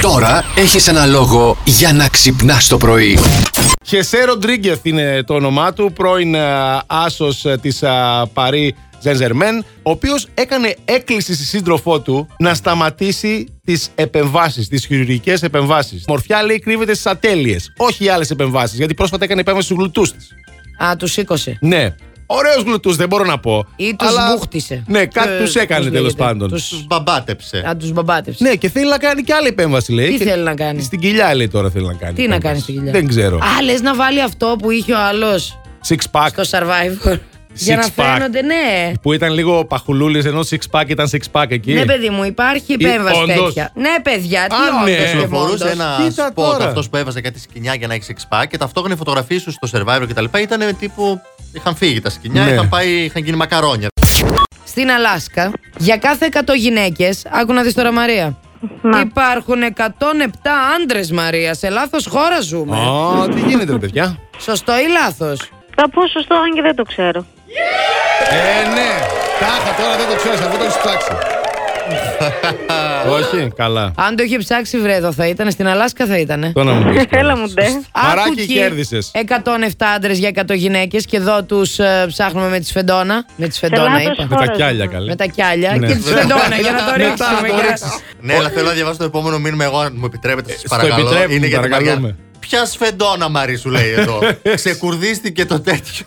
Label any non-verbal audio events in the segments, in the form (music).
Τώρα έχεις ένα λόγο για να ξυπνάς το πρωί. Χεσέ Ροντρίγκεθ είναι το όνομά του, πρώην ε, άσος τη Παρή ε, Ζενζερμέν, ο οποίος έκανε έκκληση στη σύντροφό του να σταματήσει τις επεμβάσεις, τις χειρουργικές επεμβάσεις. Μορφιά λέει κρύβεται στις ατέλειες, όχι οι άλλες επεμβάσεις, γιατί πρόσφατα έκανε επέμβαση στους γλουτούς της. Α, τους σήκωσε. Ναι. Ωραίος γλουτούς, δεν μπορώ να πω. Ή τους μπούχτισε. Ναι, κάτι Ε, τους έκανε πώς τέλος λέγεται, πάντων. τους- Τους μπαμπάτεψε. Αν του μπαμπάτευσε. Ναι, και θέλει να κάνει και άλλη επέμβαση, λέει. Τι Και- θέλει να κάνει? Στην κοιλιά, λέει τώρα θέλει να κάνει. Τι να επέμβαση. κάνει στην κοιλιά. Δεν ξέρω. Α, λες να βάλει αυτό που είχε ο άλλος Six pack. στο survivor. για να Six pack. φαίνονται, ναι. Που ήταν λίγο παχουλούλης, ενώ six pack ήταν six pack εκεί. Ναι, παιδί μου, υπάρχει επέμβαση Ε, όντως. τέτοια. Ναι, παιδιά, τι Α, ναι. όντως και μόντως. Κυκλοφορούσε ένα Κοίτα σποτ τώρα. αυτός που έβαζε κάτι σκηνιά για να έχει εξπά και ταυτόχρονα οι φωτογραφίες του στο survivor κτλ. ήταν τύπου. Είχαν φύγει τα σκηνιά, Ναι. είχαν, πάει, είχαν γίνει μακαρόνια. Στην Αλάσκα, για κάθε 100 γυναίκες, άκου να δεις τώρα Μαρία. Υπάρχουν 107 άντρες, Μαρία. Σε λάθος χώρα ζούμε. Α, τι γίνεται, ρε παιδιά. Σωστό ή λάθος. Θα πω σωστό, αν και δεν το ξέρω. Ε, ναι. Τάχα, τώρα δεν το ξέρεις, αφού το έχει ψάξει. Όχι, καλά. Αν το είχε ψάξει, βρε εδώ θα ήταν. Στην Αλάσκα θα ήταν. Το να μου πεις. Έλα μου ντε. Μαράκι, κέρδισες. 107 άντρες για 100 γυναίκες και εδώ τους ψάχνουμε με τη Σφεντόνα. Με τη Σφεντόνα, λάθος είπα. Με τα Χώρα κιάλια, ζούμε. καλέ. Με τα κιάλια Ναι. και τη Σφεντόνα για να Μετά το να το ρίξουμε. για να- ρίξεις. Ναι, αλλά θέλω να διαβάσω το επόμενο μήνυμα εγώ, αν μου επιτρέπετε, σας Ε, Στο παρακαλώ. επιτρέπουμε, Είναι για την παρακαλούμε. Ε, Μαριά. Ποια σφεντόνα, Μαρή, σου λέει (laughs) εδώ. Ξεκουρδίστηκε το τέτοιο.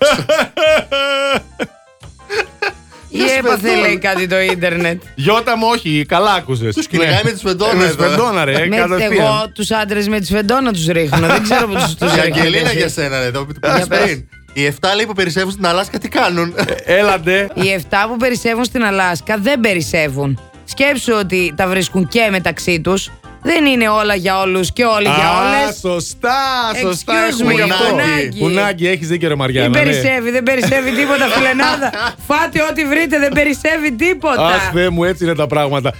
Ή έπαθε λέει κάτι το ίντερνετ. Γιώτα μου, όχι, καλά άκουσες. Τους κυνηγάει με τη σφεντόνα Με τη εδώ, ε. σφεντόνα, ρε. Με- κατευθείαν. Εγώ τους άντρες με τη Σφεντόνα τους ρίχνω. Δεν ξέρω που ε, τους Η ρίχνω. Αγγελίνα εσείς. για σένα, ρε, το που πήγες πες. πριν. Οι 7 λέει που περισσεύουν στην Αλάσκα τι κάνουν. Ε, Έλατε. Οι 7 που περισσεύουν στην Αλάσκα δεν περισσεύουν. Σκέψου ότι τα βρίσκουν και μεταξύ τους. Δεν είναι όλα για όλους και όλοι για όλες. σωστά, σωστά. Excuse έχουμε me, γι' αυτό. κουνάκι. Κουνάκι, έχεις δίκιο, ρε Μαριάννα. Δεν ναι. περισσεύει, δεν περισσεύει τίποτα, φιλενάδα. (laughs) Φάτε ό,τι βρείτε, δεν περισσεύει τίποτα. Αχ, Θεέ μου, έτσι είναι τα πράγματα.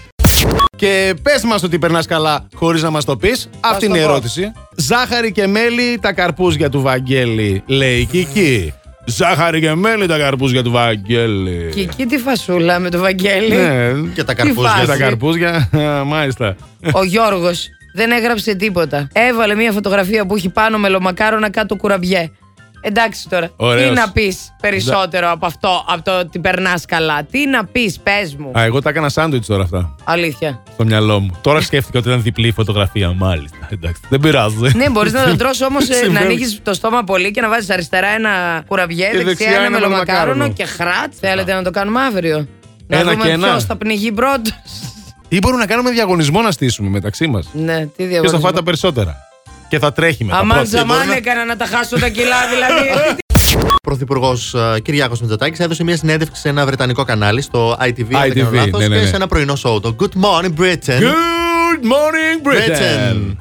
Και πες μας ότι περνάς καλά χωρίς να μας το πεις. Αυτή είναι η το πω. ερώτηση. Ζάχαρη και μέλι τα καρπούζια του Βαγγέλη, λέει η Κική. Ζάχαρη και μέλι τα καρπούζια του Βαγγέλη. Και εκεί τη φασούλα με το Βαγγέλη. Ναι, Και τα Τι καρπούζια. και τα φάση. καρπούζια, (laughs) α, μάλιστα. Ο Γιώργος δεν έγραψε τίποτα. Έβαλε μια φωτογραφία που έχει πάνω μελομακάρονα κάτω κουραμπιέ. Εντάξει τώρα. Ωραίος. Τι να πεις περισσότερο από αυτό, από το ότι περνάς καλά. Τι να πεις, πες μου. Α, εγώ τα έκανα σάντουιτ τώρα αυτά Αλήθεια. στο μυαλό μου. Τώρα σκέφτηκα ότι ήταν διπλή η φωτογραφία, μάλιστα. Εντάξει, δεν πειράζει. Ναι, μπορείς να το τρώσει όμω να Συμβαίνει. ανοίξει το στόμα πολύ και να βάζεις αριστερά ένα κουραμπιέ, Και δεξιά, δεξιά ένα ένα μελομακάρονο μελομακάρονο. και χράτ. Θέλετε να το κάνουμε αύριο. Ένα να δούμε και ένα. ποιος θα πνιγεί πρώτος. Ή μπορούμε να κάνουμε διαγωνισμό να στήσουμε μεταξύ μας. ναι, τι Ποιος θα φάει τα διαβάζει. περισσότερα. Και θα τρέχει μετά. Αμάν πρώτος. τζαμάν να- έκανα να τα χάσω τα κιλά, (laughs) δηλαδή. Πρωθυπουργός Κυριάκος Μητσοτάκης ε, έδωσε μια συνέντευξη σε ένα βρετανικό κανάλι στο ITV, αν ITV, δεν κάνω λάθος, ναι, ναι, ναι. και σε ένα πρωινό σοου. Το Good Morning Britain. Good morning, Britain.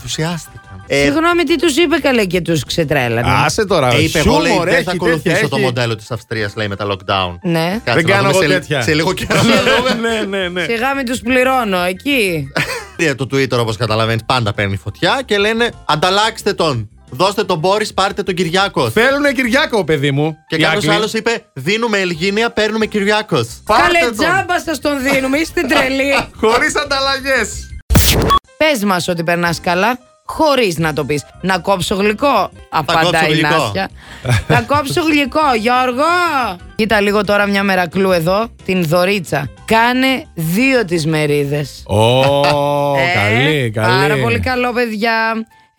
Ενθουσιάστηκαν. Ε, Συγγνώμη, τι τους είπε καλέ και τους ξετρέλανε. Άσε τώρα. ε, είπε εγώ λέει, σούμορ, δεν έχει, θα τέτοια, ακολουθήσω το έχει. μοντέλο της Αυστρίας, λέει με τα lockdown. Ναι. Κάτσε Δεν να κάνω δούμε εγώ σε λι- τέτοια. Σε λίγο καιρό. ναι, ναι, ναι. Σιγά μην τους πληρώνω εκεί. Ε, το Twitter, όπως καταλαβαίνεις, πάντα παίρνει φωτιά και λένε Ανταλλάξτε τον. Δώστε τον Μπόρις, πάρτε τον Κυριάκος. Θέλουνε Κυριάκο, παιδί μου. Και οι Άγγλοι. κάποιο άλλος είπε: Δίνουμε Ελγίνια, παίρνουμε Κυριάκος. Πάρτε Καλέ τον. τζάμπα σας τον δίνουμε, είστε τρελοί. (laughs) Χωρίς ανταλλαγές. Πες μας ότι περνάς καλά, χωρίς να το πεις. Να κόψω γλυκό. κόψω Απαντάει η γλυκό. Νάσια. Να κόψω γλυκό, Γιώργο. Κοίτα λίγο τώρα μια μερακλού εδώ, την Δωρίτσα. Κάνε δύο τις μερίδες. Ω, Ε, καλή, καλή. Πάρα πολύ καλό, παιδιά.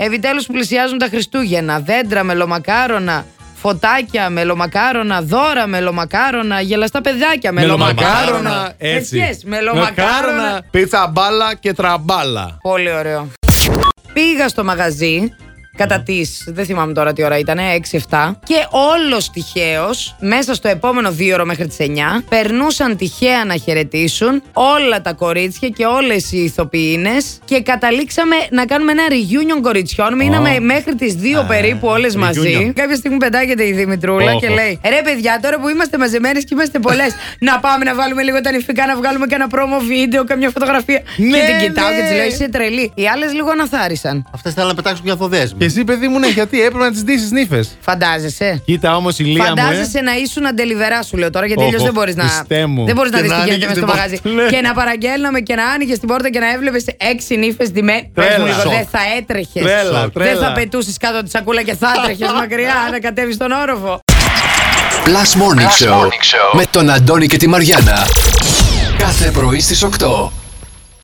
Επιτέλου πλησιάζουν τα Χριστούγεννα. Δέντρα, μελομακάρονα, φωτάκια, μελομακάρονα, δώρα, μελομακάρονα, γελαστά παιδάκια, μελομακάρονα. Μελομακάρονα. Έτσι. Ευχές, μελομακάρονα. Πίτσα μπάλα και Mm. τραμπάλα. Πολύ ωραίο. Πήγα στο μαγαζί κατά τι, δεν θυμάμαι τώρα τι ώρα ήταν, 6-7. Και όλος τυχαίως, μέσα στο επόμενο δύο ώρο μέχρι τις 9, περνούσαν τυχαία να χαιρετήσουν όλα τα κορίτσια και όλες οι ηθοποιίνες. Και καταλήξαμε να κάνουμε ένα reunion κοριτσιών. Μείναμε μέχρι τις 2 περίπου όλες μαζί. Κάποια στιγμή πετάγεται η Δημητρούλα Όχο. και λέει: Ρε παιδιά, τώρα που είμαστε μαζεμένες και είμαστε πολλές, να πάμε να βάλουμε λίγο τα νηφικά, να βγάλουμε κανένα πρόμο βίντεο, καμιά φωτογραφία. Ναι, και την κοιτάω ναι. και της λέω: Είσαι τρελή. Οι άλλες λίγο αναθάρισαν. Αυτές θέλουν να πετάξουν μια δοδέσμη. Εσύ, παιδί μου, ναι, γιατί έπρεπε να τις ντύσεις νύφες. Φαντάζεσαι. Κοίτα όμως η Λία μου. ε. Φαντάζεσαι να ήσουν αντελιβερά, σου λέω τώρα, γιατί Οχ, αλλιώ οχ, δεν μπορείς να. Χριστέ μου. Δεν μπορείς να Και δει τι να γίνεται άνοιγες μέσα στο την μαγαζί. πόρτα, ναι. Και να παραγγέλναμε και να άνοιγες την πόρτα και να έβλεπες έξι νύφες ντυμένε. Πες μου Τρέλα. λίγο, Σοκ. δεν θα έτρεχες. Τρέλα, Δεν τρέλα. θα πετούσες κάτω τη σακούλα και θα έτρεχες (laughs) μακριά να κατέβει στον όροφο. Plus Morning, Show, με τον Αντώνη και τη Μαριάνα. Κάθε πρωί στις 8.